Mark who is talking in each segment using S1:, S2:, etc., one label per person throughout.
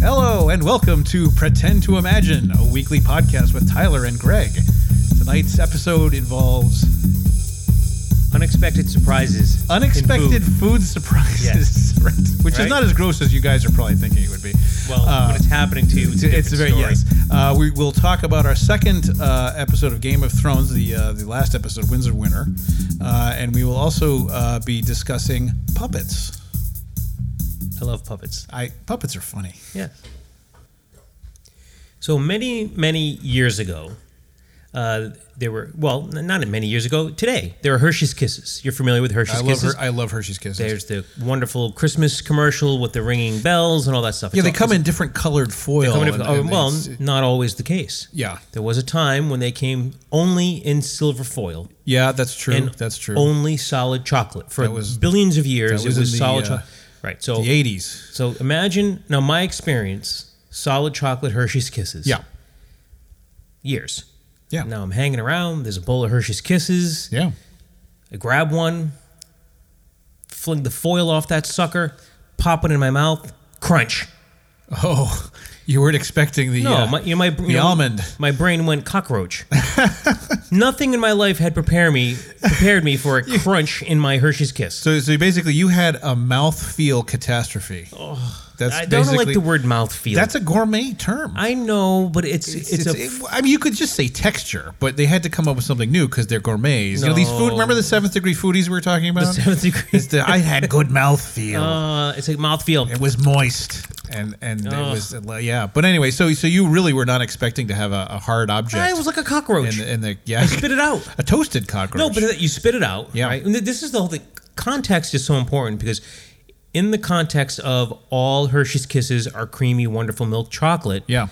S1: and welcome to Pretend to Imagine, a weekly podcast with Tyler and Greg. Tonight's episode involves
S2: Unexpected surprises. in
S1: unexpected
S2: food.
S1: food surprises, right? which is
S2: Right?
S1: not as gross as you guys are probably thinking it would be.
S2: Well,
S1: Uh,
S2: when it's happening to you,
S1: it's,
S2: it's, a
S1: it's
S2: different
S1: very
S2: story.
S1: yes. Uh, we will talk about our second uh, episode of Game of Thrones, the uh, the last episode, Windsor Winner, uh, and we will also uh, be discussing puppets.
S2: I love puppets.
S1: I puppets are funny.
S2: Yeah. So many, many years ago, uh, there were well, n- not many years ago. Today, there are Hershey's Kisses. You're familiar with Hershey's
S1: I love
S2: Kisses?
S1: her, I love Hershey's Kisses.
S2: There's the wonderful Christmas commercial with the ringing bells and all that stuff.
S1: yeah,
S2: It's
S1: they
S2: all-
S1: come in different colored foil.
S2: Coming up-
S1: and-
S2: oh,
S1: and
S2: well,
S1: it's- uh,
S2: not always the case.
S1: Yeah.
S2: There was a time when they came only in silver foil
S1: yeah, that's true.
S2: and
S1: that's true.
S2: only solid chocolate for
S1: That was-
S2: billions of years.
S1: that was
S2: it
S1: in
S2: was
S1: the,
S2: solid
S1: uh,
S2: chocolate. Right. So
S1: the '80s.
S2: so imagine now my experience solid chocolate Hershey's Kisses.
S1: Yeah,
S2: Years.
S1: yeah,
S2: Now I'm hanging around. There's a bowl of Hershey's Kisses.
S1: yeah.
S2: I grab one, fling the foil off that sucker, pop it in my mouth, crunch.
S1: Oh, you weren't expecting the
S2: No,
S1: uh,
S2: my, you know, my
S1: the almond.
S2: My brain went cockroach. Nothing in my life had prepared me prepared me for a crunch in my Hershey's Kiss.
S1: So, so basically, you had a mouthfeel catastrophe. that's
S2: I don't like
S1: basically-
S2: the word mouthfeel.
S1: That's a gourmet term.
S2: I know, but it's it's,
S1: it's,
S2: a
S1: it- I mean, you could just say texture, but they had to come up with something new because they're gourmets. You know, these food.
S2: No.
S1: Remember the seventh degree foodies we were talking about?
S2: seventh degree.
S1: It's the I had good mouthfeel.
S2: uh, it's a mouthfeel.
S1: it was moist, and and it
S2: Ugh.
S1: was yeah. But anyway, so so you really were not expecting to have a, a hard object.
S2: I was like a cockroach.
S1: in the, in the yeah,
S2: Spit it out.
S1: a toasted cockroach.
S2: No, but you spit it out.
S1: Yeah.
S2: Right? And th- this is the whole thing. Context is so important because in the context of all Hershey's Kisses are creamy, wonderful milk chocolate.
S1: yeah.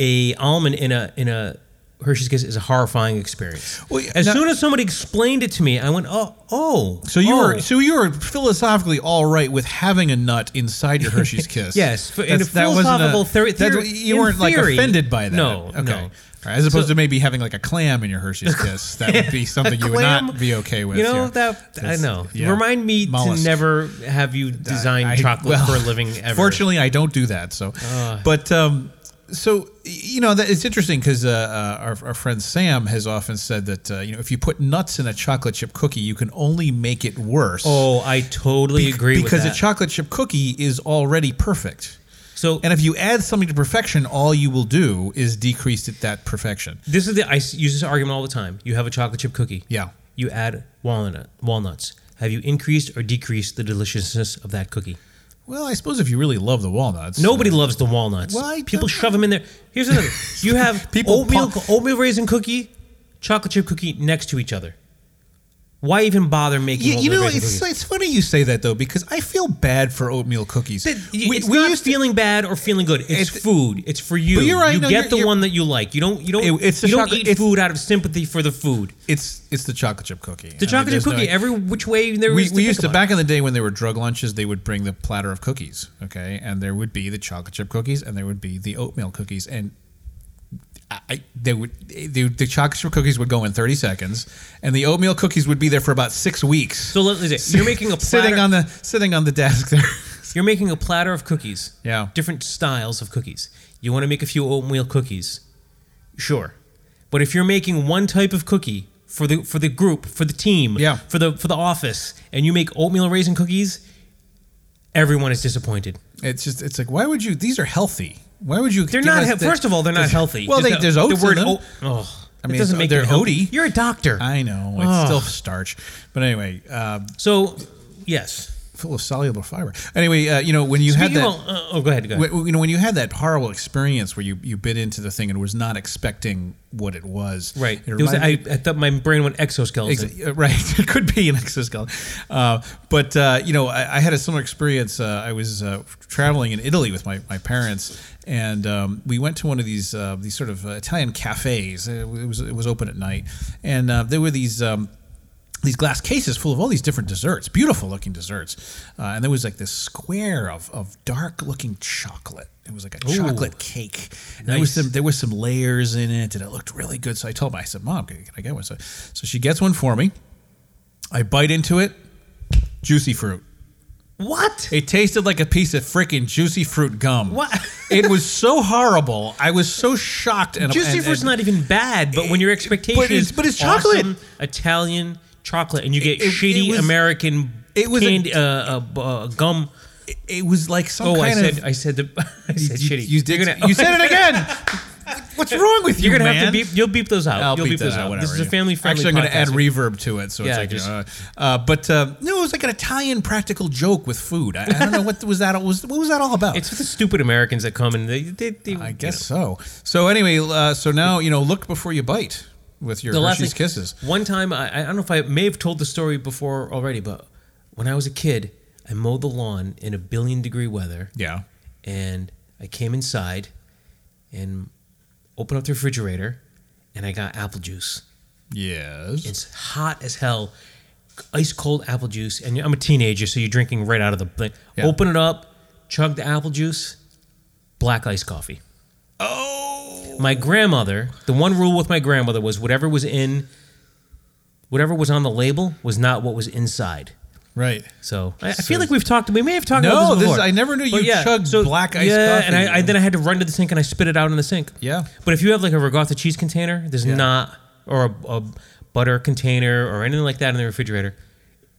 S2: A almond in a in a Hershey's Kiss is a horrifying experience.
S1: Well, yeah,
S2: as
S1: now-
S2: soon as somebody explained it to me, I went, oh, oh.
S1: So you
S2: oh.
S1: were so you were philosophically all right with having a nut inside your Hershey's Kiss.
S2: Yes, for- in
S1: That's-
S2: a
S1: that wasn't
S2: philosophical theory-
S1: that's-
S2: theory-
S1: you
S2: in
S1: weren't like
S2: theory,
S1: offended by that.
S2: no,
S1: okay.
S2: no.
S1: All right, as opposed to maybe having like a clam in your Hershey's Kiss, that would be something you would
S2: Clam?
S1: not be okay with.
S2: You know
S1: yeah.
S2: that
S1: That's-
S2: I know.
S1: yeah.
S2: Remind me
S1: Mollusk.
S2: to never have you design
S1: I-
S2: chocolate
S1: well,
S2: for a living ever.
S1: Fortunately, I don't do that. So, but um, so y- you know, that, it's interesting because uh, uh, our, our friend Sam has often said that uh, you know if you put nuts in a chocolate chip cookie, you can only make it worse.
S2: Oh, I totally agree with
S1: because
S2: that.
S1: a chocolate chip cookie is already perfect.
S2: so
S1: And if you add something to perfection, all you will do is decrease it that perfection.
S2: this is the I s- use this argument all the time. You have a chocolate chip cookie.
S1: Yeah.
S2: You add walnut walnuts. Have you increased or decreased the deliciousness of that cookie?
S1: Well, I suppose if you really love the walnuts, uh,
S2: Nobody loves the walnuts.
S1: Well, I
S2: People
S1: don't-
S2: shove them in there. Here's another. You have
S1: People
S2: oatmeal
S1: pop-
S2: oatmeal raisin cookie, chocolate chip cookie next to each other. Why even bother making?
S1: You, you
S2: oatmeal
S1: know,
S2: raisin
S1: it's
S2: cookies?
S1: it's funny you say that though because I feel bad for oatmeal cookies.
S2: It- it's not feeling bad or feeling good. It's,
S1: It's-
S2: food. It's for you.
S1: But you're right,
S2: You
S1: no,
S2: get
S1: you're-
S2: the
S1: you're-
S2: one that you like. You don't. You don't.
S1: It- it's the
S2: you don't
S1: chocolate-
S2: eat
S1: it's-
S2: food out of sympathy for the food.
S1: it's it's the chocolate chip cookie.
S2: The chocolate chip cookie. every which way there
S1: we,
S2: is.
S1: we used to
S2: pick
S1: back in the day when there were drug lunches, they would bring the platter of cookies, okay, and there would be the chocolate chip cookies and there would be the oatmeal cookies, and I- I, they would they, the chocolate chip cookies would go in thirty seconds, and the oatmeal cookies would be there for about six weeks.
S2: So let me say, you're making a platter.
S1: sitting on the sitting on the desk there.
S2: you're making a platter of cookies.
S1: Yeah.
S2: Different styles of cookies. You want to make a few oatmeal cookies, sure, but if you're making one type of cookie for the for the group, for the team,
S1: Yeah.
S2: for the for the office, and you make oatmeal raisin cookies, everyone is disappointed.
S1: It's just it's like why would you? These are healthy. Why would you?
S2: They're
S1: give
S2: not.
S1: us
S2: He-
S1: the-
S2: first of all, they're not
S1: this-
S2: healthy.
S1: Well, they,
S2: Just the-
S1: there's oats
S2: the word
S1: in them.
S2: oat- oh,
S1: I
S2: I
S1: mean,
S2: mean, it doesn't
S1: it's-
S2: make
S1: they're
S2: them healthy.
S1: oaty.
S2: You're a doctor,
S1: I know it's
S2: Ugh.
S1: still starch, but anyway, uh,
S2: so yes.
S1: full of soluble fiber. Anyway, uh, you know when you
S2: Speaking
S1: had that.
S2: of- uh, oh, go ahead. Go ahead.
S1: When, you know, when you had that horrible experience where you, you bit into the thing and was not expecting what it was.
S2: Right.
S1: It
S2: It was, I,
S1: reminded-
S2: I thought my brain went exoskeleton.
S1: Ex- uh, right. It could be an exoskeleton. Uh, but, uh, you know, I, I had a similar experience. Uh, I was uh, traveling in Italy with my, my parents, and um, we went to one of these uh, these sort of uh, Italian cafes. Uh, It was, it was open at night. And uh, there were these. Um, these glass cases full of all these different desserts, beautiful looking desserts, uh, and there was like this square of, of dark looking chocolate. It was like a chocolate cake. And There was
S2: Nice.
S1: some there was some layers in it, and it looked really good. So I told my I said, "Mom, can can I get one?" So, so she gets one for me. I bite into it, juicy fruit.
S2: What?
S1: It tasted like a piece of freaking juicy fruit gum.
S2: What?
S1: it was so horrible. I was so shocked. And
S2: Juicy
S1: and,
S2: fruit's
S1: and-
S2: not even bad, but when your expectation
S1: but it's-
S2: is
S1: but it's chocolate.
S2: awesome Italian chocolate, and you get
S1: It- it-
S2: shitty
S1: it was-
S2: American
S1: it was a-
S2: candy, uh, uh, b- uh, gum.
S1: It was like some
S2: Oh, I
S1: kind
S2: said
S1: of.
S2: I said the I said
S1: you,
S2: shitty.
S1: You, did,
S2: You're
S1: you said it again. What's wrong with you,
S2: You're gonna
S1: man?
S2: have to beep. You'll beep those out.
S1: I'll
S2: you'll
S1: beep,
S2: beep
S1: that
S2: those
S1: out.
S2: out.
S1: Whatever.
S2: This is a
S1: yeah.
S2: family friendly.
S1: Actually, I'm going to add
S2: podcast.
S1: reverb to it, so
S2: Yeah,
S1: it's like,
S2: just-
S1: uh, uh, but uh, no, it was like an Italian practical joke with food. I, I don't know what was that was what was that all about.
S2: It's for the stupid Americans that come and they. they, they
S1: I guess so. So anyway, uh, so now you know, look before you bite with your
S2: the last
S1: Hershey's
S2: thing-
S1: Kisses.
S2: One time, I, I don't know if I may have told the story before already, but when I was a kid, I mowed the lawn in a billion degree weather.
S1: Yeah,
S2: and I came inside and opened up the refrigerator and I got apple juice.
S1: yes.
S2: It's hot as hell, ice cold apple juice. And I'm a teenager, so you're drinking right out of the thing.
S1: Yeah.
S2: Open it up, chug the apple juice, black iced coffee.
S1: Oh,
S2: My grandmother, the one rule with my grandmother was whatever was in, whatever was on the label was not what was inside.
S1: right.
S2: So I, I
S1: So-
S2: feel like we've talked. We may have talked
S1: No,
S2: about this
S1: this is-
S2: before.
S1: I never knew
S2: But
S1: you chugged black iced
S2: yeah,
S1: coffee.
S2: and I, I then I had to run to the sink and I spit it out in the sink.
S1: Yeah.
S2: But if you have like a regatta cheese container, there's
S1: Yeah.
S2: not or a, a butter container or anything like that in the refrigerator.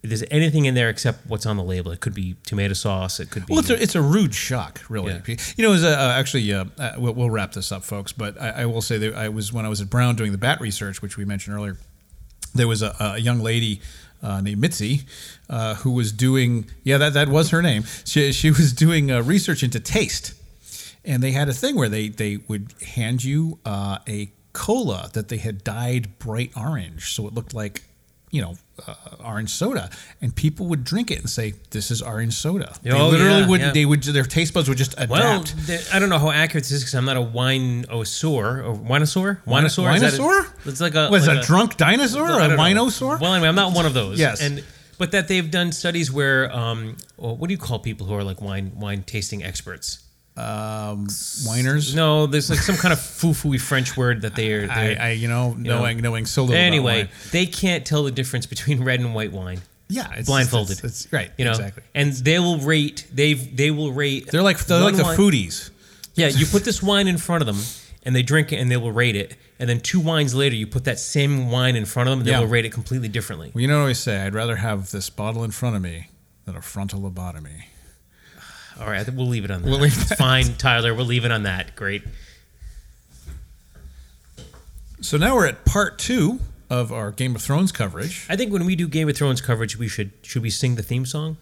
S2: If there's anything in there except what's on the label. It could be tomato sauce. It could be.
S1: Well, it's a, it's a rude shock, really.
S2: Yeah.
S1: You know, it was uh, uh, actually, uh, uh, we'll, we'll wrap this up, folks. But I, I will say that I was when I was at Brown doing the bat research, which we mentioned earlier. There was a, a young lady uh, named Mitzi uh, who was doing yeah that that was her name. She she was doing uh, research into taste, and they had a thing where they they would hand you uh, a cola that they had dyed bright orange, so it looked like. You know, uh, orange soda, and people would drink it and say, "This is orange soda." They
S2: Oh,
S1: literally
S2: yeah,
S1: would.
S2: yeah.
S1: They would. Their taste buds would just adapt.
S2: well, the- I don't know how accurate this is because I'm not a winosaur or winosaur. Winosaur. Is that a-
S1: Winosaur?
S2: It's like a.
S1: was
S2: uh, like
S1: a, drunk dinosaur
S2: I
S1: or a
S2: don't know.
S1: winosaur?
S2: Well, anyway, I'm not one of those.
S1: Yes.
S2: and but that they've done studies where, um, well, what do you call people who are like wine wine tasting experts?
S1: um, winers.
S2: No, there's like some kind of foo fooey French word that they are.
S1: I,
S2: they're-
S1: I, you know, knowing knowing so little. about
S2: anyway,
S1: wine.
S2: they can't tell the difference between red and white wine.
S1: yeah, it's- it's-
S2: blindfolded.
S1: It's, it's- right.
S2: You know,
S1: exactly.
S2: and they will rate. They've they will rate.
S1: They're like they're
S2: one
S1: like the
S2: wine-
S1: foodies.
S2: Yeah, you put this wine in front of them, and they drink it, and they will rate it. And then two wines later, you put that same wine in front of them, and they
S1: Yeah.
S2: will rate it completely differently.
S1: Well, you know what I always say? I'd rather have this bottle in front of me than a frontal lobotomy.
S2: All right, I think we'll leave it on that.
S1: We'll leave
S2: It's Fine, Tyler, we'll leave it on that. Great.
S1: So now we're at part two of our Game of Thrones coverage.
S2: I think when we do Game of Thrones coverage, we should should we sing the theme song?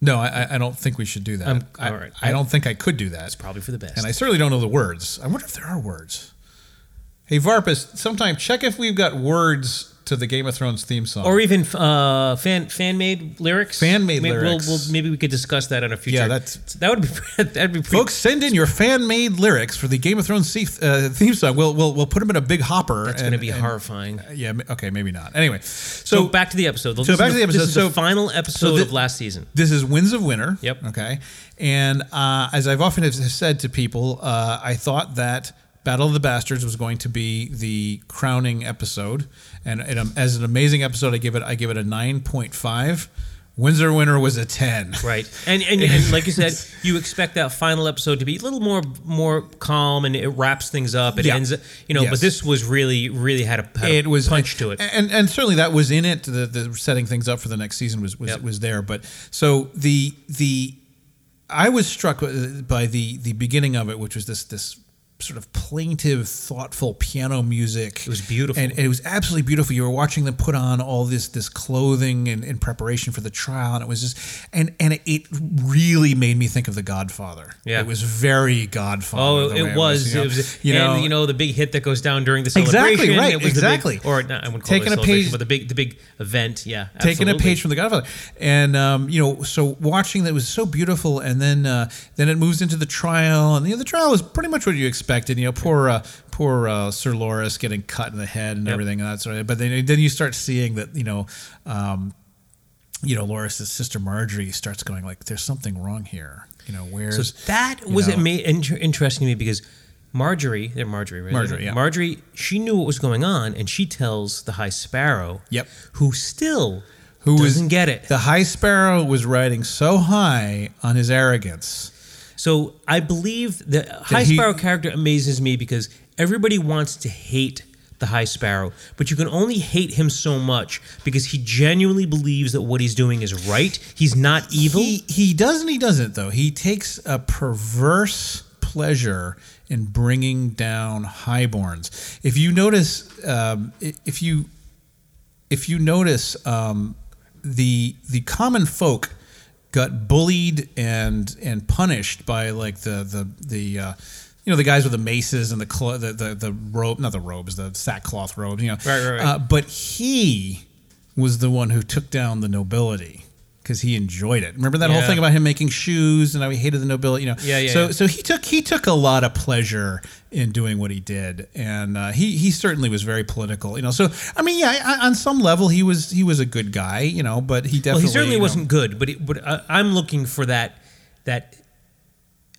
S1: No, I, I- I don't think we should do that.
S2: Um,
S1: I,
S2: all right.
S1: I don't think I could do that.
S2: It's probably for the best.
S1: And I certainly don't know the words. I wonder if there are words. Hey, Varpus, sometime check if we've got words to the Game of Thrones theme song.
S2: or even uh, fan fan made lyrics.
S1: Fan-made
S2: maybe
S1: lyrics.
S2: We'll, we'll, maybe we could discuss that on a future.
S1: Yeah, that's-
S2: that would be that'd be pretty,
S1: Folks, send in your fan-made lyrics for the Game of Thrones se- uh, theme song. We'll, we'll we'll put them in a big hopper.
S2: That's going to be horrifying.
S1: Yeah. ma- Okay. Maybe not. Anyway,
S2: So,
S1: so,
S2: back to the episode. So
S1: back to the episode.
S2: This is the
S1: So-
S2: final episode
S1: thi-
S2: of last season.
S1: this is Winds of Winter.
S2: Yep.
S1: Okay. And uh, as I've often have have said to people, uh, I thought that Battle of the Bastards was going to be the crowning episode, and, and um, as an amazing episode, I give it I give it a nine point five. Winds of Winter was a ten.
S2: Right, and and, and like you said, you expect that final episode to be a little more more calm, and it wraps things up. It
S1: Yeah.
S2: ends, you know.
S1: Yes.
S2: But this was really really had a, had a
S1: it was
S2: punch to it.
S1: and and certainly that was in it. The, the setting things up for the next season was was,
S2: Yep.
S1: was there. But so the the I was struck with- by the the beginning of it, which was this this sort of plaintive, thoughtful piano music. It
S2: was beautiful.
S1: and it was absolutely beautiful. You were watching them put on all this this clothing and in preparation for the trial, and it was just and and it, it really made me think of The Godfather.
S2: Yeah.
S1: it was very Godfather.
S2: Oh,
S1: the way
S2: it was. It was. You know, and, you know, the big hit that goes down during the
S1: Exactly,
S2: celebration.
S1: right,
S2: it was the big-
S1: exactly.
S2: or not, I wouldn't call
S1: Taking
S2: it
S1: a
S2: a celebration,
S1: page-
S2: but the big, the big event. Yeah,
S1: taking a
S2: absolutely.
S1: page from The Godfather, and um, you know, so watching that was so beautiful, and then uh, then it moves into the trial, and you know, the trial was pretty much what you expected. You know, poor uh, poor uh, Sir Loris getting cut in the head and everything, and that's right. But then then you start seeing that you know. Um, you know, Loris's sister Marjorie starts going like, "There's something wrong here." You know,
S2: So
S1: where's
S2: that
S1: you
S2: was
S1: know.
S2: it made inter- interesting to me because Marjorie, they Marjorie, right?
S1: Marjorie, yeah.
S2: Marjorie, she knew what was going on, and she tells the High Sparrow,
S1: Yep.
S2: who still
S1: who
S2: Doesn't
S1: was
S2: get it.
S1: the high sparrow was riding so high on his arrogance.
S2: So I believe the High
S1: he-
S2: Sparrow character amazes me because everybody wants to hate the High Sparrow, but you can only hate him so much because he genuinely believes that what he's doing is right. He's not evil.
S1: He he does and he doesn't though. He takes a perverse pleasure in bringing down highborns. If you notice, um, i- if you if you notice, um, the the common folk got bullied and and punished by like the the the. Uh, you know the guys with the maces and the, clo- the the the robe, not the robes, the sackcloth robes. You know,
S2: Right, right, right.
S1: Uh, but he was the one who took down the nobility because he enjoyed it. Remember that whole
S2: Yeah.
S1: thing about him making shoes and how he hated the nobility. You know,
S2: Yeah, yeah,
S1: So
S2: yeah.
S1: so he took he took a lot of pleasure in doing what he did, and uh, he he certainly was very political. You know, so I mean, yeah, I, on some level he was he was a good guy. You know, but he definitely
S2: well, he certainly
S1: you know-
S2: wasn't good, but it, but I, I'm looking for that that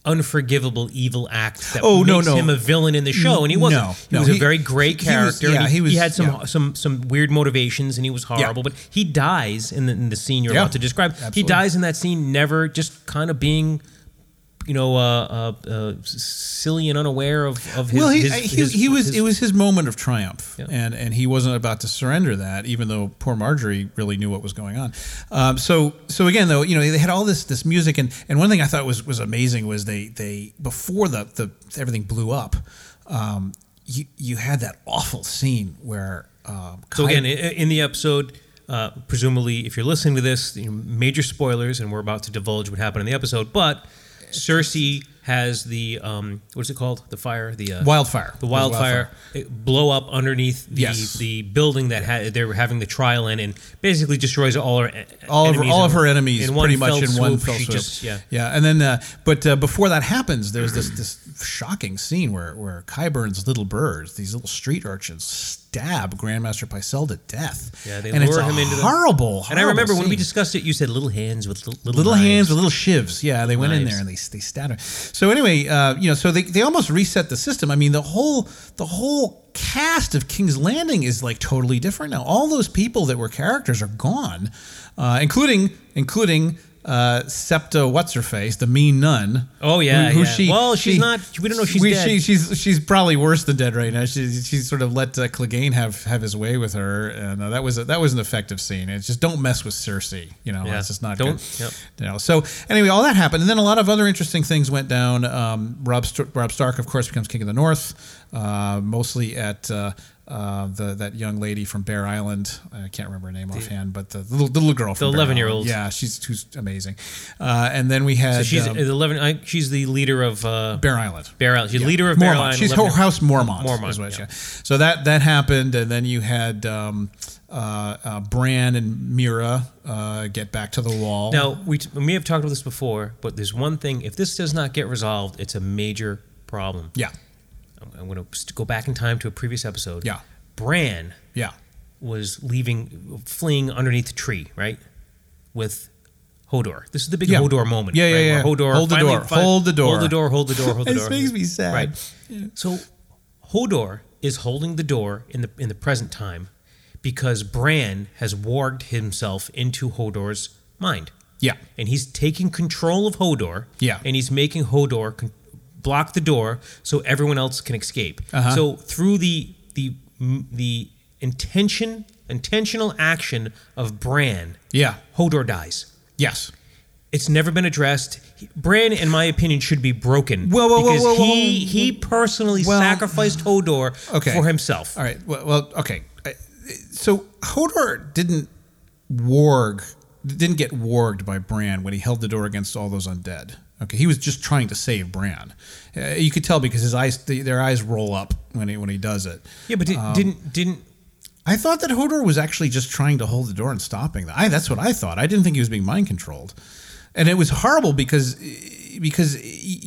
S2: unforgivable evil act that
S1: Oh,
S2: makes
S1: no, no.
S2: him a villain in the show, and he wasn't.
S1: No,
S2: he
S1: no,
S2: was a
S1: he-
S2: very great
S1: he- he was-
S2: character.
S1: yeah,
S2: and he,
S1: he
S2: he
S1: was-
S2: had some
S1: yeah.
S2: some some weird motivations, and he was horrible. But he dies in the, in the scene you're
S1: Yeah,
S2: about to describe. He
S1: absolutely.
S2: dies in that scene, never just kind of being. You know, uh, uh, uh, s- silly and unaware of, of his.
S1: well, he,
S2: his-
S1: I- he,
S2: his-
S1: he was
S2: his-
S1: it was his moment of triumph,
S2: Yeah.
S1: and and he wasn't about to surrender that, even though poor Marjorie really knew what was going on. Um, so so again, though, you know, they had all this this music, and and one thing I thought was was amazing was they they before the the everything blew up, um, you you had that awful scene where. Um,
S2: So
S1: Kai-
S2: again, i- in the episode, uh, presumably, if you're listening to this, you know, major spoilers, and we're about to divulge what happened in the episode. But Cersei has the um, what's it called? The fire, the uh,
S1: Wildfire.
S2: the wildfire, it blow up underneath the
S1: Yes.
S2: the building that had they were having the trial in, and basically destroys all her e-
S1: all of her,
S2: enemies
S1: all of
S2: in-
S1: her enemies
S2: in one
S1: pretty much
S2: fell
S1: in one
S2: swoop,
S1: fell
S2: she
S1: swoop.
S2: just- yeah.
S1: yeah. And then, uh, but uh, before that happens, there's this this shocking scene where where Kyburn's little birds, these little street urchins, stab Grandmaster Pycelle to death.
S2: Yeah, they
S1: and it's
S2: lure
S1: a
S2: him into the-
S1: horrible.
S2: And I remember when we
S1: horrible scene
S2: discussed it, you said little hands with little, little,
S1: little
S2: knives.
S1: hands with little shivs. Yeah, they went in
S2: Knives.
S1: there and they they stabbed her. So anyway, uh, you know, so they, they almost reset the system. I mean, the whole the whole cast of King's Landing is like totally different now. All those people that were characters are gone, uh, including including uh, Septa what's her face, the mean nun.
S2: Oh, yeah,
S1: who, who
S2: yeah.
S1: she?
S2: Well, she's
S1: she-
S2: not- we don't know if she's dead.
S1: She, she's she's probably worse than dead right now. She she's sort of let uh, Clegane have have his way with her, and uh, that was a, that was an effective scene. It's just don't mess with Cersei. You know,
S2: Yeah.
S1: it's just not
S2: Don't-
S1: good.
S2: yep.
S1: You know, so anyway, all that happened, and then a lot of other interesting things went down. Um, Rob St- Rob Stark, of course, becomes king of the North, uh, mostly at uh, uh, the that young lady from Bear Island. I can't remember her name offhand, but the little, the little girl, from
S2: The
S1: Bear
S2: 11-year-old.
S1: Island. Yeah, she's who's amazing. Uh, and then we had
S2: She's
S1: um,
S2: the eleven. I, she's the leader of uh,
S1: Bear Island.
S2: Bear Island. She's leader of Bear
S1: Mormont.
S2: Island.
S1: She's
S2: 11
S1: ho- House Mormont.
S2: Mormont,
S1: is what
S2: yeah.
S1: she- So that that happened, and then you had um, uh, uh, Bran and Mira uh, get back to the wall.
S2: Now we, t- we may have talked about this before, but there's one thing: if this does not get resolved, it's a major problem.
S1: yeah,
S2: I'm, I'm going to go back in time to a previous episode.
S1: Yeah.
S2: Bran
S1: yeah,
S2: was leaving, fleeing underneath the tree, right, with Hodor. This is the big
S1: Yeah.
S2: Hodor moment.
S1: Yeah, yeah,
S2: right, where
S1: yeah.
S2: Hodor,
S1: Hold the
S2: finally-
S1: door.
S2: fin-
S1: Hold the door.
S2: Hold the door. Hold the door. Hold the
S1: This
S2: door.
S1: makes me sad.
S2: Right. So Hodor is holding the door in the in the present time because Bran has warged himself into Hodor's mind
S1: yeah.
S2: and he's taking control of Hodor.
S1: Yeah.
S2: And he's making Hodor con- block the door so everyone else can escape.
S1: Uh-huh.
S2: So through the the the intention intentional action of Bran,
S1: Yeah.
S2: Hodor dies.
S1: Yes.
S2: It's never been addressed. He- Bran, in my opinion, should be broken.
S1: Whoa, whoa, whoa,
S2: because
S1: whoa, whoa,
S2: he
S1: whoa.
S2: he personally
S1: Well,
S2: sacrificed Hodor
S1: okay.
S2: for himself.
S1: All right. Well, well okay. I- So Hodor didn't warg, didn't get warged by Bran when he held the door against all those undead. Okay, he was just trying to save Bran. Uh, you could tell because his eyes, their eyes roll up when he when he does it.
S2: Yeah, but did,
S1: Um,
S2: didn't didn't
S1: I thought that Hodor was actually just trying to hold the door and stopping that. I that's what I thought. I didn't think he was being mind controlled, and it was horrible because because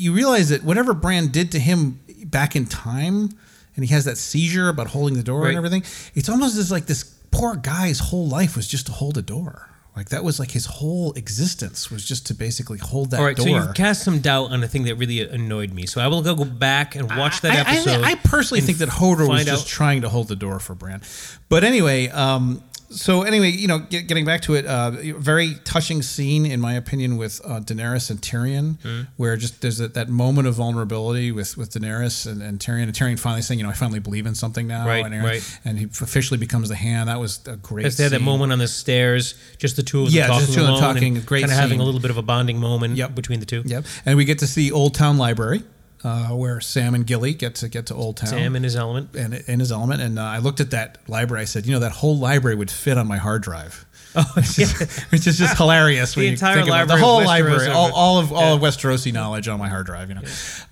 S1: you realize that whatever Bran did to him back in time, and he has that seizure about holding the door
S2: Right.
S1: and everything. It's almost as like this poor guy's whole life was just to hold a door. Like that was like his whole existence was just to basically hold that
S2: all right,
S1: door.
S2: so you cast some doubt on a thing that really annoyed me. So I will go back and watch that
S1: I- I-
S2: episode.
S1: I, personally
S2: and
S1: think that Hodor was
S2: find
S1: just
S2: out-
S1: trying to hold the door for Bran. But anyway, um, so anyway, you know, get, getting back to it, uh, very touching scene in my opinion with uh, Daenerys and Tyrion,
S2: Hmm.
S1: where just there's that that moment of vulnerability with with Daenerys and, and Tyrion, and Tyrion finally saying, you know, I finally believe in something now,
S2: Right,
S1: and, Aaron-
S2: right.
S1: and he officially becomes the hand. That was a great.
S2: Yes, they had that
S1: scene.
S2: moment on the stairs, just the two of them
S1: Yeah,
S2: talking
S1: just the two of them
S2: alone
S1: talking,
S2: and
S1: great
S2: kind of having
S1: scene.
S2: a little bit of a bonding moment
S1: Yep.
S2: between the two.
S1: Yep, and we get to see Old Town Library, uh, where Sam and Gilly get to get to Old Town.
S2: Sam in his element.
S1: and in his element. And uh, I looked at that library. I said, you know, that whole library would fit on my hard drive.
S2: Oh,
S1: Which is, which is just hilarious. when you
S2: entire
S1: think about it.
S2: library
S1: the
S2: of
S1: whole
S2: Westeros
S1: library,
S2: over-
S1: all, all of all of Westerosi knowledge on my hard drive. You know,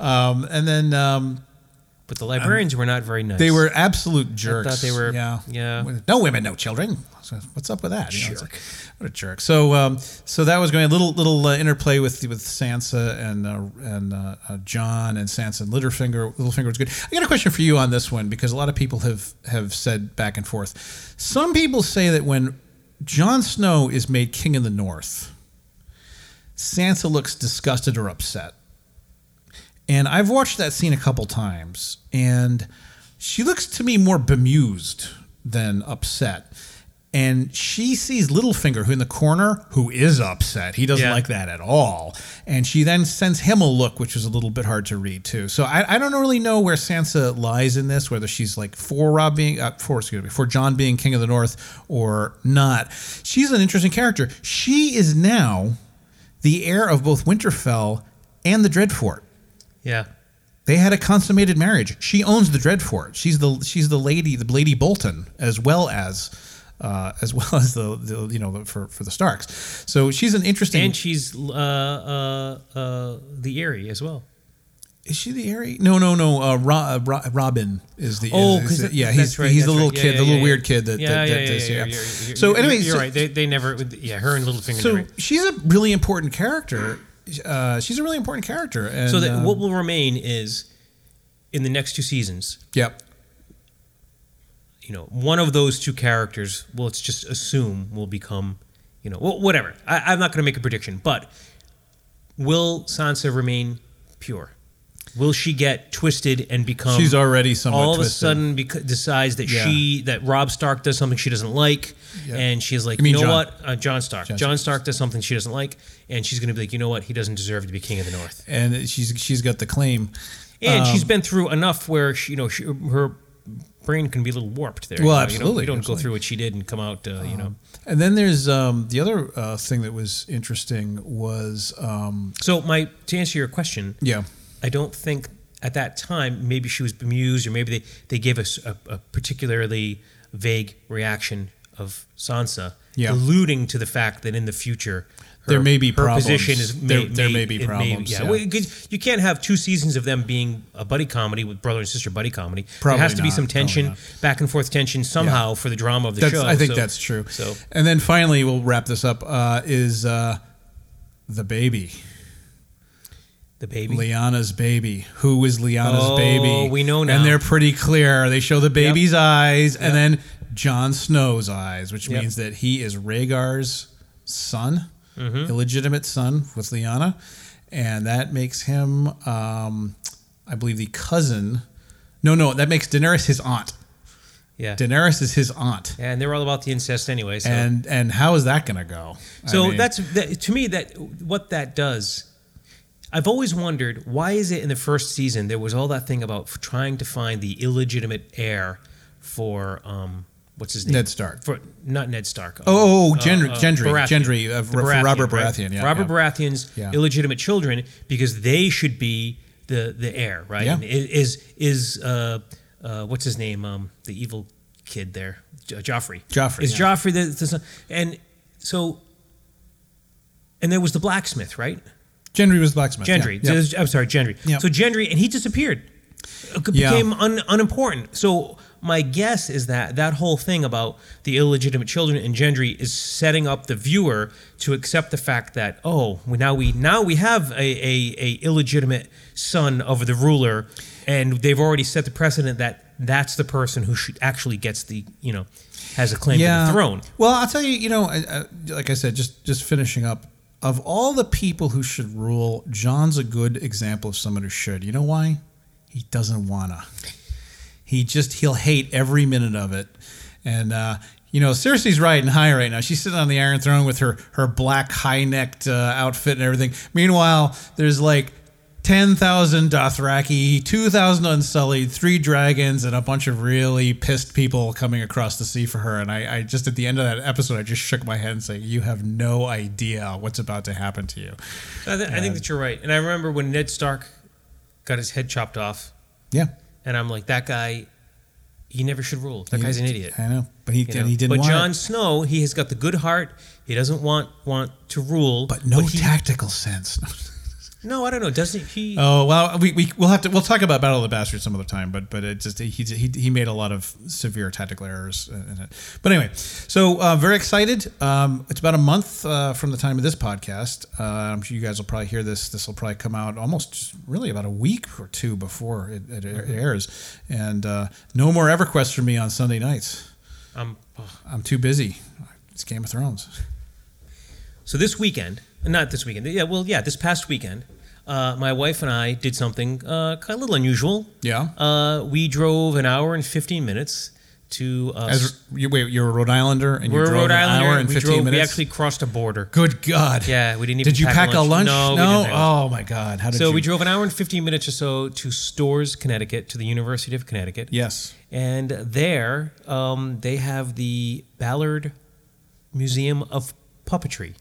S1: um, and then um,
S2: But the librarians were not very nice.
S1: they were absolute jerks.
S2: they were-
S1: yeah,
S2: yeah.
S1: No women, no children. So What's up with that? You know, it's like, what a jerk. So, um, so that was going a little little uh, interplay with with Sansa and uh, and uh, uh, John and Sansa and Littlefinger. Littlefinger was good. I got a question for you on this one because a lot of people have have said back and forth. Some people say that when Jon Snow is made king in the North, Sansa looks disgusted or upset. And I've watched that scene a couple times, and she looks to me more bemused than upset. And she sees Littlefinger, who in the corner, who is upset. He doesn't
S2: Yeah.
S1: like that at all. And she then sends him a look, which was a little bit hard to read too. So I, I don't really know where Sansa lies in this, whether she's like for Rob being uh, for excuse me for John being king of the North or not. She's an interesting character. She is now the heir of both Winterfell and the Dreadfort.
S2: Yeah.
S1: They had a consummated marriage. She owns the Dreadfort. She's the she's the lady, the Lady Bolton, as well as uh, as well as the, the you know the, for for the Starks. So she's an interesting.
S2: And she's uh, uh, uh, the Erie as well.
S1: is she the Aerie? No, no, no. Uh, Ro, uh, Ro, Robin is the.
S2: Oh,
S1: is-
S2: 'cause
S1: is the-
S2: that-
S1: yeah,
S2: that's
S1: he's
S2: right,
S1: he's
S2: that's
S1: the little
S2: right. Yeah,
S1: kid,
S2: yeah,
S1: the little
S2: yeah,
S1: weird
S2: yeah.
S1: kid that
S2: Yeah,
S1: that,
S2: yeah,
S1: that
S2: yeah,
S1: is.
S2: yeah,
S1: Yeah.
S2: you're- you're-
S1: So
S2: you're-
S1: anyway,
S2: you're
S1: so-
S2: right. They, they never. Yeah, her and Littlefinger.
S1: so
S2: never.
S1: she's a really important character. Uh, she's a really important character. And,
S2: So that
S1: um,
S2: what will remain is in the next two seasons.
S1: Yep.
S2: You know, one of those two characters. Well, let's just assume will become. You know, wh- whatever. I, I'm not going to make a prediction, but will Sansa remain pure? Will she get twisted and become?
S1: She's already somewhat
S2: um, all of
S1: twisted.
S2: a sudden bec- decides that
S1: Yeah.
S2: she that Rob Stark does something she doesn't like,
S1: Yeah.
S2: and she's like,
S1: You
S2: you,
S1: mean
S2: know
S1: Jon.
S2: what, uh, John Stark.
S1: Jon
S2: John, Stark does something she doesn't like, and she's going to be like, you know what, he doesn't deserve to be king of the North.
S1: and she's she's got the claim.
S2: And
S1: Um,
S2: she's been through enough where she, you know she, her brain can be a little warped there. you
S1: Well,
S2: know, You don't,
S1: absolutely,
S2: you don't
S1: absolutely. Um,
S2: go through what she did and come out. Uh, you know.
S1: And then there's um, the other uh, thing that was interesting was um,
S2: So my to answer your question,
S1: yeah,
S2: I don't think at that time maybe she was bemused or maybe they, they gave us a, a particularly vague reaction of Sansa,
S1: Yeah.
S2: alluding to the fact that in the future her,
S1: There may be
S2: her
S1: problems.
S2: position is
S1: There- there may be
S2: it
S1: problems,
S2: yeah,
S1: yeah.
S2: Well, you could- you can't have two seasons of them being a buddy comedy with brother and sister buddy comedy.
S1: Probably
S2: there has to be
S1: not,
S2: some
S1: probably
S2: tension,
S1: not.
S2: back and forth tension somehow for the drama of the
S1: that's,
S2: show.
S1: I think
S2: So-
S1: that's true.
S2: So
S1: and then finally we'll wrap this up uh, is uh, the baby,
S2: the baby.
S1: Liana's baby. Who is Liana's
S2: Oh,
S1: baby?
S2: we know now.
S1: and they're pretty clear. They show the baby's eyes and then Jon Snow's eyes, which
S2: Yep.
S1: means that he is Rhaegar's son,
S2: Mm-hmm.
S1: illegitimate son with Liana, and that makes him, um, I believe, the cousin. No, no, that makes Daenerys his aunt.
S2: yeah.
S1: Daenerys is his aunt.
S2: And they're all about the incest anyway. So.
S1: And and how is that going to go? I
S2: So
S1: mean,
S2: that's that, to me that what that does. I've always wondered why is it in the first season there was all that thing about f- trying to find the illegitimate heir for um what's his name
S1: Ned Stark.
S2: for not Ned Stark um,
S1: Oh, oh, Gendry- Gendry-
S2: Baratheon.
S1: Gendry, uh,
S2: The
S1: for Robert
S2: right?
S1: Baratheon, yeah,
S2: Robert
S1: yeah.
S2: Baratheon's
S1: Yeah.
S2: illegitimate children because they should be the the heir right
S1: Yeah.
S2: And i- is is uh, uh what's his name um the evil kid there Jo- Joffrey
S1: Joffrey,
S2: is
S1: yeah.
S2: Joffrey the, the son and so and there was the blacksmith, right?
S1: Gendry was blacksmith. yeah,
S2: Gendry.
S1: yeah.
S2: There's- I'm sorry, Gendry.
S1: Yeah.
S2: So Gendry, and he disappeared. It
S1: Yeah.
S2: Became un, unimportant. So my guess is that that whole thing about the illegitimate children and Gendry is setting up the viewer to accept the fact that oh, well, now we now we have a, a, a illegitimate son of the ruler, and they've already set the precedent that that's the person who should actually gets the you know has a claim to the throne.
S1: Well, I'll tell you, you know, I, I, like I said, just just finishing up. Of all the people who should rule, John's a good example of someone who should. You know why? He doesn't wanna. He just he'll hate every minute of it, and uh, you know, Cersei's riding high right now. She's sitting on the Iron Throne with her her black high necked uh, outfit and everything. Meanwhile, there's like. 10,000 Dothraki, 2,000 Unsullied, three dragons, and a bunch of really pissed people coming across the sea for her. And I, I just, at the end of that episode, I just shook my head and said, You have no idea what's about to happen to you.
S2: I, th- I think that you're right. And I remember when Ned Stark got his head chopped off,
S1: Yeah.
S2: and I'm like, that guy, he never should rule. That guy's an idiot.
S1: I know. But he,
S2: you
S1: and
S2: know?
S1: he didn't
S2: but
S1: want it.
S2: Jon Snow, he has got the good heart. He doesn't want want to rule.
S1: but no
S2: he-
S1: tactical sense.
S2: no, I don't know. Doesn't he?
S1: oh well, we, we we'll have to we'll talk about Battle of the Bastards some other time. But but it just he he, he made a lot of severe tactical errors in it. But anyway, so uh, very excited. Um, it's about a month uh, from the time of this podcast. Uh, I'm sure you guys will probably hear this. This will probably come out almost really about a week or two before it, it, it airs. And uh, no more EverQuest for me on Sunday nights.
S2: I'm, oh.
S1: I'm too busy. It's Game of Thrones.
S2: So this weekend, not this weekend. Yeah, well, yeah, this past weekend, uh, my wife and I did something uh, kind of a little unusual.
S1: Yeah.
S2: Uh, we drove an hour and 15 minutes to. Uh,
S1: As you, wait, you're a Rhode Islander, and
S2: we're
S1: you
S2: a
S1: drove
S2: Rhode
S1: an
S2: Islander.
S1: hour and
S2: we,
S1: 15
S2: drove,
S1: minutes.
S2: we actually crossed a border.
S1: Good God.
S2: Yeah, we didn't even
S1: Did you pack,
S2: pack
S1: a lunch?
S2: No, we didn't pack
S1: Oh my God. How did
S2: So
S1: you?
S2: we drove an hour and 15 minutes or so to Stores, Connecticut, to the University of Connecticut.
S1: Yes.
S2: And there, um, they have the Ballard Museum of Puppetry.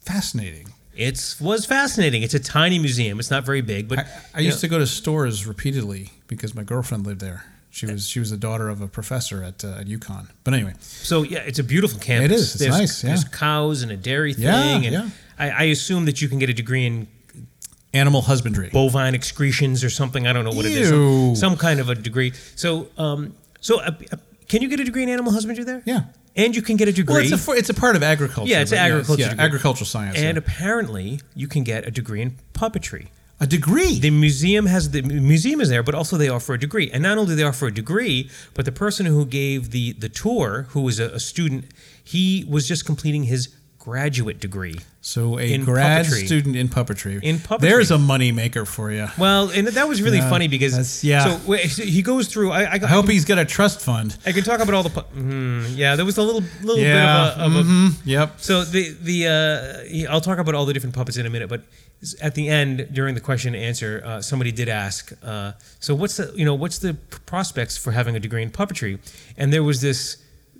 S1: Fascinating.
S2: It was fascinating. It's a tiny museum. It's not very big, but
S1: I, I used to go to stores repeatedly because my girlfriend lived there. She was she was the daughter of a professor at uh, at UConn. But anyway,
S2: So yeah, it's a beautiful campus.
S1: It is. It's
S2: there's,
S1: nice, yeah.
S2: There's cows and a dairy thing,
S1: Yeah,
S2: and
S1: yeah.
S2: I, I assume that you can get a degree in
S1: animal husbandry.
S2: bovine excretions or something. I don't know what it is.
S1: Ew.
S2: Some, some kind of a degree. So, um, so uh, uh, can you get a degree in animal husbandry there?
S1: Yeah.
S2: And you can get a degree.
S1: Well, it's a for- it's a part of agriculture.
S2: Yeah, it's
S1: but
S2: agriculture
S1: Yeah,
S2: degree.
S1: agricultural science.
S2: and
S1: yeah.
S2: apparently, you can get a degree in puppetry.
S1: a, degree.
S2: The museum has the museum is there, but also they offer a degree. And not only do they offer a degree, but the person who gave the the tour, who was a, a student, he was just completing his graduate degree.
S1: so a
S2: in
S1: grad
S2: puppetry.
S1: student in puppetry.
S2: In puppetry.
S1: There's a money maker for you.
S2: Well, and that was really
S1: Yeah,
S2: funny because
S1: that's- yeah.
S2: So wait, so he goes through. I I,
S1: I hope he's got a trust fund.
S2: I can talk about all the. pu- Mm, yeah, there was a little little
S1: Yeah.
S2: bit of a. Of a
S1: mhm, Yep.
S2: so the the uh, he- I'll talk about all the different puppets in a minute, but at the end during the question and answer, uh, somebody did ask, uh, so what's the you know what's the p- prospects for having a degree in puppetry? And there was this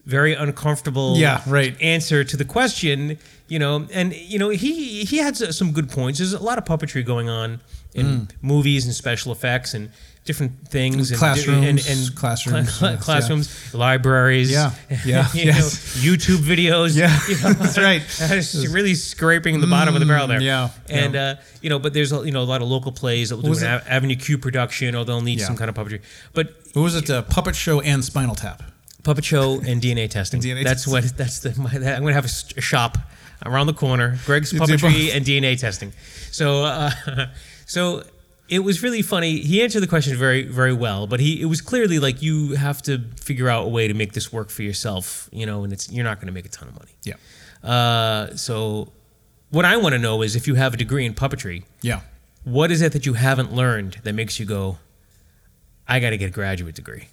S2: very uncomfortable
S1: Yeah, right.
S2: answer to the question, you know, and you know he he had s- some good points. There's a lot of puppetry going on in
S1: Mm.
S2: movies and special effects and different things and
S1: Classrooms,
S2: and, and
S1: classrooms,
S2: cla-
S1: yes, yeah.
S2: classrooms, libraries,
S1: Yeah, yeah,
S2: you
S1: yes.
S2: know, YouTube videos,
S1: Yeah,
S2: you know,
S1: that's right.
S2: She's really scraping the bottom of the barrel there.
S1: Mm, yeah,
S2: and Uh, you know, but there's a, you know a lot of local plays that will do
S1: Was
S2: an
S1: it-
S2: Av- Avenue Q production, or they'll need
S1: Yeah.
S2: some kind of puppetry. But
S1: What was it? Uh, puppet show and Spinal Tap.
S2: puppet show and DNA testing.
S1: DNA
S2: that's
S1: testing.
S2: what. That's the. My, that, I'm gonna have a, st- a shop around the corner. Greg's
S1: do
S2: puppetry
S1: both.
S2: and DNA testing. So, uh, so it was really funny. He answered the question very, very well, but he it was clearly like you have to figure out a way to make this work for yourself. You know, and it's you're not gonna make a ton of money.
S1: Yeah.
S2: Uh, so, what I want to know is if you have a degree in puppetry,
S1: Yeah.
S2: what is it that you haven't learned that makes you go, I got to get a graduate degree?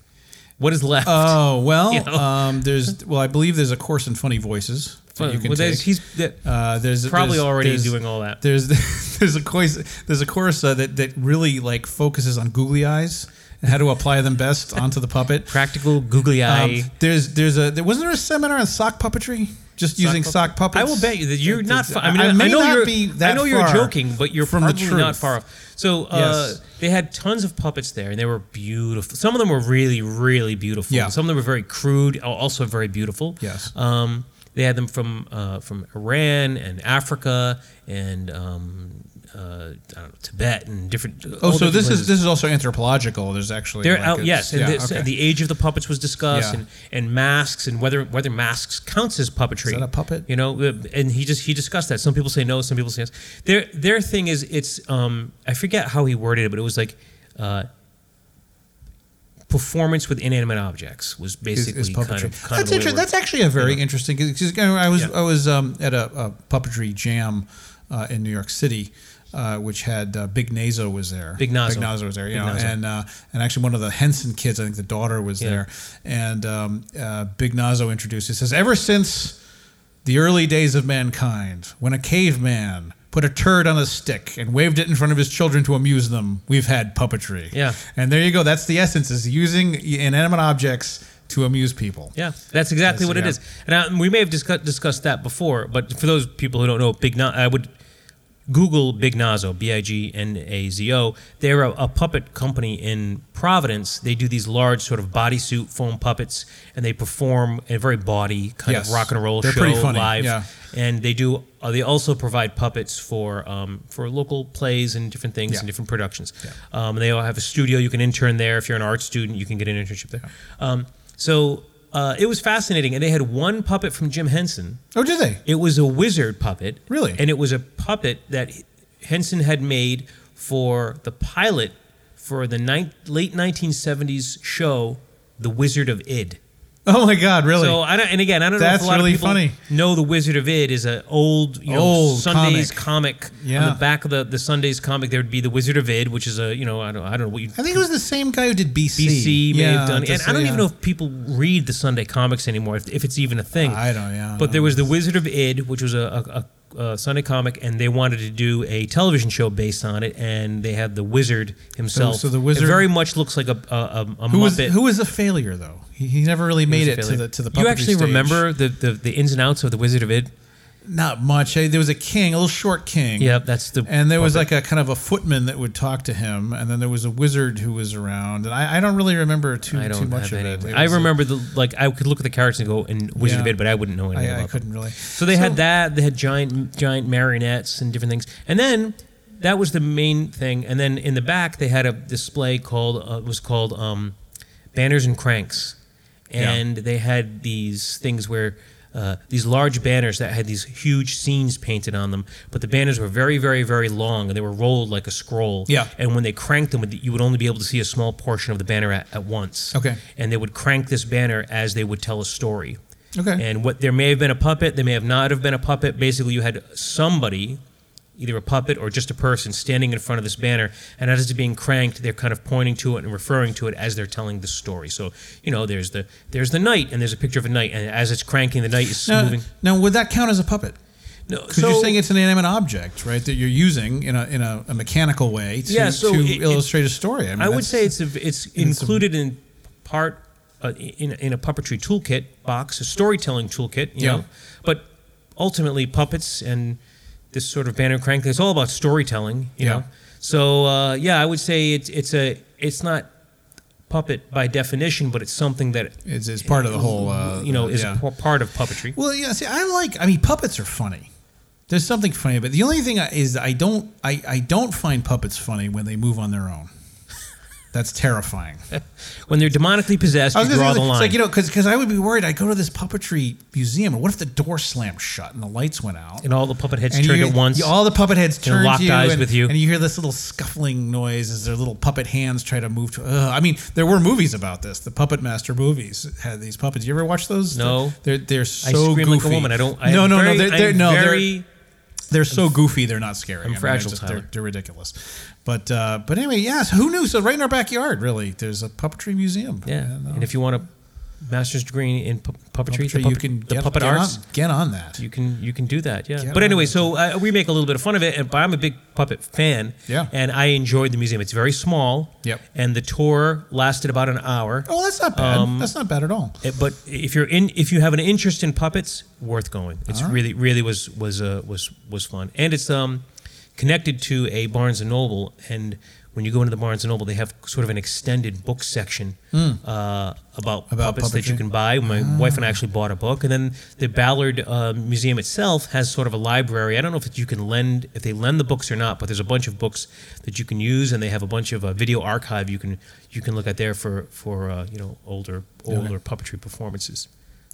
S2: What is left?
S1: Oh well,
S2: You know?
S1: um, there's well, I believe there's a course in funny voices that you can take.
S2: Well, there's- he's- that-
S1: uh, there's
S2: probably
S1: there's-
S2: already
S1: there's-
S2: doing all that.
S1: There's there's a course there's a course uh, that that really like focuses on googly eyes and how to apply them best onto the puppet.
S2: practical googly eye.
S1: Um, there's there's a there wasn't there a seminar on sock puppetry just using
S2: puppet-
S1: sock puppets.
S2: I will bet you that you're not. Far, I mean,
S1: I
S2: I,
S1: may
S2: know
S1: not
S2: you're.
S1: be that
S2: I know you're
S1: far
S2: joking, but you're
S1: from the
S2: probably not
S1: truth.
S2: far off. So uh,
S1: Yes.
S2: they had tons of puppets there, and they were beautiful. Some of them were really, really beautiful.
S1: Yeah.
S2: Some of them were very crude, al- also very beautiful.
S1: Yes.
S2: Um, they had them from uh, from Iran and Africa and um, uh, I don't know, Tibet and different.
S1: Oh, so this is this is also anthropological. There's actually
S2: They're
S1: like,
S2: out,
S1: it's-
S2: oh, yes, and
S1: yeah,
S2: this,
S1: okay.
S2: the age of the puppets was discussed,
S1: Yeah.
S2: and, and masks, and whether whether masks counts as puppetry.
S1: Is that a puppet?
S2: You know, uh, and he just he discussed that. Some people say no, some people say yes. Their their thing is it's um I forget how he worded it, but it was like uh, performance with inanimate objects was
S1: is-
S2: basically
S1: is
S2: kind of
S1: puppetry.
S2: kind
S1: that's
S2: of the way
S1: inter-
S2: it
S1: That's actually a very
S2: Yeah.
S1: interesting because I was
S2: Yeah.
S1: I was um, at a, a puppetry jam uh, in New York City. uh, which had uh, Big Nazo was there.
S2: Big Nazo.
S1: Big Nazo was there. You
S2: Big
S1: know,
S2: Nazo.
S1: and uh, and actually one of the Henson kids, I think the daughter was
S2: Yeah.
S1: there, and um, uh, Big Nazo introduced. It says, "Ever since the early days of mankind, when a caveman." Put a turd on a stick and waved it in front of his children to amuse them. We've had puppetry.
S2: Yeah.
S1: and there you go. That's the essence: is using inanimate objects to amuse people.
S2: Yeah, that's exactly
S1: That's-
S2: what it
S1: yeah.
S2: is. And I, we may have discussed discussed that before, but for those people who don't know, Big Na- I would Google Big Nazo, B I G N A Z O. They're a, a puppet company in Providence. They do these large sort of bodysuit foam puppets, and they perform a very bawdy kind
S1: Yes.
S2: of rock and roll
S1: They're
S2: show
S1: pretty funny,
S2: live.
S1: yeah.
S2: And they do. Uh, they also provide puppets for um, for local plays and different things
S1: Yeah.
S2: and different productions. Um, they all have a studio. You can intern there if you're an art student. You can get an internship there. Um, so uh, it was fascinating, and they had one puppet from Jim Henson.
S1: Oh, do they?
S2: It was a wizard puppet.
S1: Really?
S2: And it was a puppet that Henson had made for the pilot for the nine late 1970s show, The Wizard of Id.
S1: Oh my God! Really?
S2: So I don't, and again, I don't know if
S1: That's
S2: a lot
S1: really
S2: of people
S1: funny.
S2: know the Wizard of Id is an old, you know,
S1: Old
S2: Sundays comic.
S1: Yeah.
S2: On the back of the, the Sundays comic, there would be the Wizard of Id, which is a, you know, I don't, I don't know what you.
S1: I think it was the same guy who did BC.
S2: BC may have done,
S1: just-
S2: and I don't
S1: yeah.
S2: even know if people read the Sunday comics anymore, if, if it's even a thing.
S1: I don't, yeah.
S2: But there was the Wizard of Id, which was a, a, a, a Sunday comic, and they wanted to do a television show based on it, and they had the Wizard himself.
S1: so the
S2: It
S1: wizard-
S2: very much looks like a a, a, a
S1: uh, who was
S2: Muppet.
S1: who was a failure though. He, he never really made it to
S2: Failure.
S1: the to the.
S2: You
S1: puppetry
S2: actually
S1: stage.
S2: remember the, the the ins and outs of the Wizard of Id?
S1: Not much. Eh, There was a king, a little short king.
S2: Yep, that's the.
S1: And there was like a kind of a footman that would talk to him, and then there was a wizard who was around, and I, I don't really remember too
S2: I
S1: too
S2: don't
S1: much
S2: have
S1: of
S2: any.
S1: it. It
S2: I
S1: was,
S2: remember the like I could look at the characters and go and Wizard of
S1: Yeah.
S2: Id, but I wouldn't know anything
S1: I, I
S2: about them.
S1: couldn't really.
S2: So they had that. They had giant giant marionettes and different things. And then that was the main thing. And then in the back they had a display called uh, it was called um, banners and cranks,
S1: Yeah.
S2: and they had these things where. Uh, these large banners that had these huge scenes painted on them, but the banners were very, very, very long, and they were rolled like a scroll.
S1: Yeah.
S2: And when they cranked them, you would only be able to see a small portion of the banner at, at once.
S1: Okay.
S2: And they would crank this banner as they would tell a story.
S1: Okay.
S2: And what there may have been a puppet, there may have not have been a puppet. Basically, you had somebody, either a puppet or just a person, standing in front of this banner, and as it's being cranked, they're kind of pointing to it and referring to it as they're telling the story. So you know, there's the there's the knight, and there's a picture of a knight, and as it's cranking, the knight is
S1: now,
S2: moving.
S1: now, would that count as a puppet?
S2: No,
S1: Because you're saying it's an inanimate object, right? That you're using in a in a, a mechanical way to,
S2: Yeah, so
S1: to
S2: it- it-
S1: illustrate a story. I, mean,
S2: I would
S1: that's-
S2: say it's a, it's included in part uh, in in a puppetry toolkit box, a storytelling toolkit. You
S1: Yeah.
S2: know, but ultimately puppets and this sort of banner crank. It's all about storytelling. You
S1: Yeah.
S2: know, so uh, yeah, I would say it's it's a it's not puppet by definition, but it's something that
S1: it's, it's part of the whole. Uh,
S2: you know is
S1: yeah.
S2: a p- part of puppetry.
S1: Well, yeah. See, I like. I mean, puppets are funny. There's something funny, but the only thing I, is I don't. I, I don't find puppets funny when they move on their own. That's terrifying.
S2: When they're demonically possessed, you
S1: gonna say,
S2: draw the line.
S1: It's like you know, because I would be worried. I go to this puppetry museum, and what if the door slammed shut and the lights went out?
S2: and all the puppet heads
S1: And
S2: turned
S1: you-
S2: at once.
S1: you- all the puppet heads
S2: They're
S1: turn
S2: locked
S1: to you,
S2: eyes
S1: and,
S2: with you.
S1: and you hear this little scuffling noise as their little puppet hands try to move to. Ugh. I mean, there were movies about this. The Puppet Master movies had these puppets. You ever watch those?
S2: No.
S1: they're they're so
S2: I scream like a
S1: goofy.
S2: woman. I don't. I
S1: no,
S2: am
S1: no,
S2: very,
S1: no. They're,
S2: I'm
S1: they're, no, they're-
S2: very,
S1: they're so goofy, they're not scary. I mean,
S2: fragile,
S1: they're, just-
S2: Tyler.
S1: they're, they're ridiculous. But uh, but anyway, yes. Who knew? So right in our backyard, really, there's a puppetry museum.
S2: Yeah,
S1: no.
S2: and if you want a master's degree in pu- puppetry,
S1: Puppetry,
S2: the puppet,
S1: you can
S2: the
S1: get,
S2: puppet
S1: get
S2: arts,
S1: on, get on that.
S2: you can you can do that. Yeah.
S1: Get on
S2: but anyway,
S1: it.
S2: so uh, we make a little bit of fun of it, and but I'm a big puppet fan.
S1: Yeah.
S2: And I enjoyed the museum. It's very small.
S1: Yep.
S2: And the tour lasted about an hour.
S1: oh, that's not bad.
S2: Um,
S1: that's not bad at all.
S2: It- but if you're in, if you have an interest in puppets, worth going. It's
S1: Alright.
S2: really, really was was uh, was was fun, and it's um connected to a Barnes and Noble. And when you go into the Barnes and Noble, they have sort of an extended book section uh, about,
S1: Hmm. About
S2: puppets that you
S1: puppetry.
S2: can buy. My wife and I actually bought a book, and then the Ballard uh, Museum itself has sort of a library. I don't know if you can lend if they lend the books or not, but there's a bunch of books that you can use, and they have a bunch of uh, video archive you can you can look at there for for uh, you know older older puppetry performances.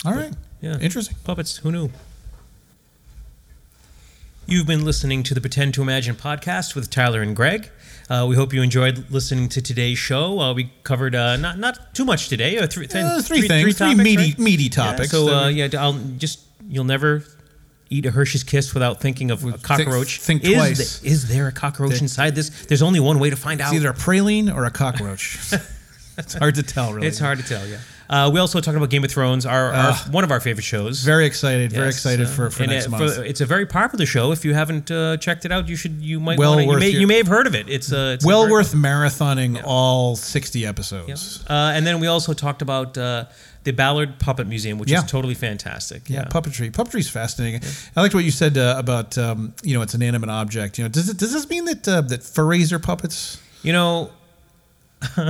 S1: All right.
S2: Yeah.
S1: Interesting.
S2: Puppets, who knew? You've been listening to the Pretend to Imagine podcast with Tyler and Greg. Uh, we hope you enjoyed listening to today's show. Uh, we covered uh, not not too much today. Uh, three,
S1: Uh, three things, three meaty- meaty topics
S2: Yeah, so uh,
S1: that
S2: yeah, I'll just you'll never eat a Hershey's Kiss without thinking of a
S1: Think-
S2: cockroach.
S1: think
S2: is
S1: twice.
S2: the- is there a cockroach inside this? There's only one way to find out.
S1: It's either a praline or a cockroach. it's hard to tell, really. Ah.
S2: It's hard to tell, yeah. Uh, we also talked about Game of Thrones, our, our one of our favorite shows.
S1: Very excited. very
S2: Yes,
S1: excited
S2: uh,
S1: for, for
S2: and
S1: next
S2: it-
S1: month.
S2: it's a very popular show. If you haven't uh, checked it out, you should. You might.
S1: Well
S2: wanna, you,
S1: worth
S2: may,
S1: your-
S2: you may have heard of it. It's, uh, it's a
S1: well
S2: very-
S1: worth marathoning all 60 episodes.
S2: Uh, and then we also talked about uh, the Ballard Puppet Museum, which
S1: Yeah.
S2: is totally fantastic.
S1: Yeah, puppetry. Puppetry is fascinating. I liked what you said uh, about um, you know it's an inanimate object. You know, does it does this mean that uh, that furries are puppets?
S2: you know,
S1: I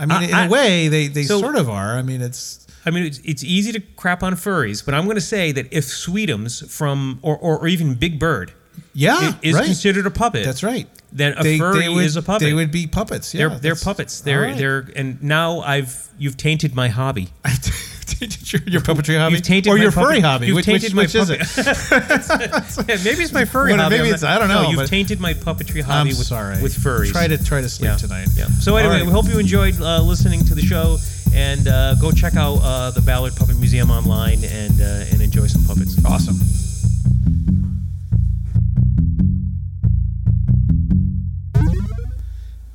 S1: mean,
S2: I-
S1: in
S2: I-
S1: a way, they they
S2: So-
S1: sort of are. I mean, it's
S2: I mean, it's, it's easy to crap on furries, but I'm going to say that if Sweetums from or, or, or even Big Bird
S1: yeah,
S2: i- is
S1: Ah, right.
S2: considered a puppet,
S1: That's right.
S2: Then a
S1: They-
S2: furry
S1: they would,
S2: is a puppet.
S1: They would be puppets. Yeah,
S2: they're they're
S1: that's-
S2: puppets. They're
S1: all right.
S2: they're and now I've you've tainted my hobby.
S1: Tainted your, your puppetry hobby,
S2: You've tainted
S1: or
S2: my
S1: your furry
S2: puppet-
S1: hobby.
S2: you've
S1: which,
S2: tainted
S1: which,
S2: my
S1: which is it?
S2: Yeah, maybe it's my furry
S1: Well,
S2: hobby.
S1: maybe
S2: I'm
S1: it's-
S2: not-
S1: I don't
S2: No,
S1: know,
S2: you've
S1: but-
S2: tainted my puppetry
S1: I'm
S2: hobby with
S1: sorry.
S2: with furries.
S1: Try to try to sleep
S2: yeah.
S1: tonight.
S2: Yeah. So
S1: All
S2: anyway,
S1: right.
S2: we hope you enjoyed uh, listening to the show, and uh, go check out uh, the Ballard Puppet Museum online and uh, and enjoy some puppets.
S1: awesome.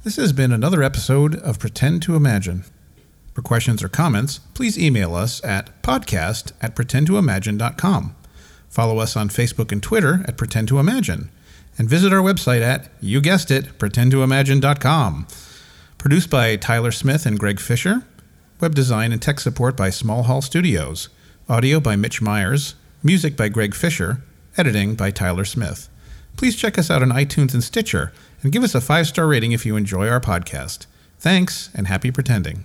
S1: This has been another episode of Pretend to Imagine. For questions or comments, please email us at podcast at pretendtoimagine.com. Follow us on Facebook and Twitter at Pretend to Imagine. And visit our website at, you guessed it, pretendtoimagine.com. Produced by Tyler Smith and Greg Fisher. Web design and tech support by Small Hall Studios. Audio by Mitch Myers. Music by Greg Fisher. Editing by Tyler Smith. Please check us out on iTunes and Stitcher and give us a five star rating if you enjoy our podcast. Thanks and happy pretending.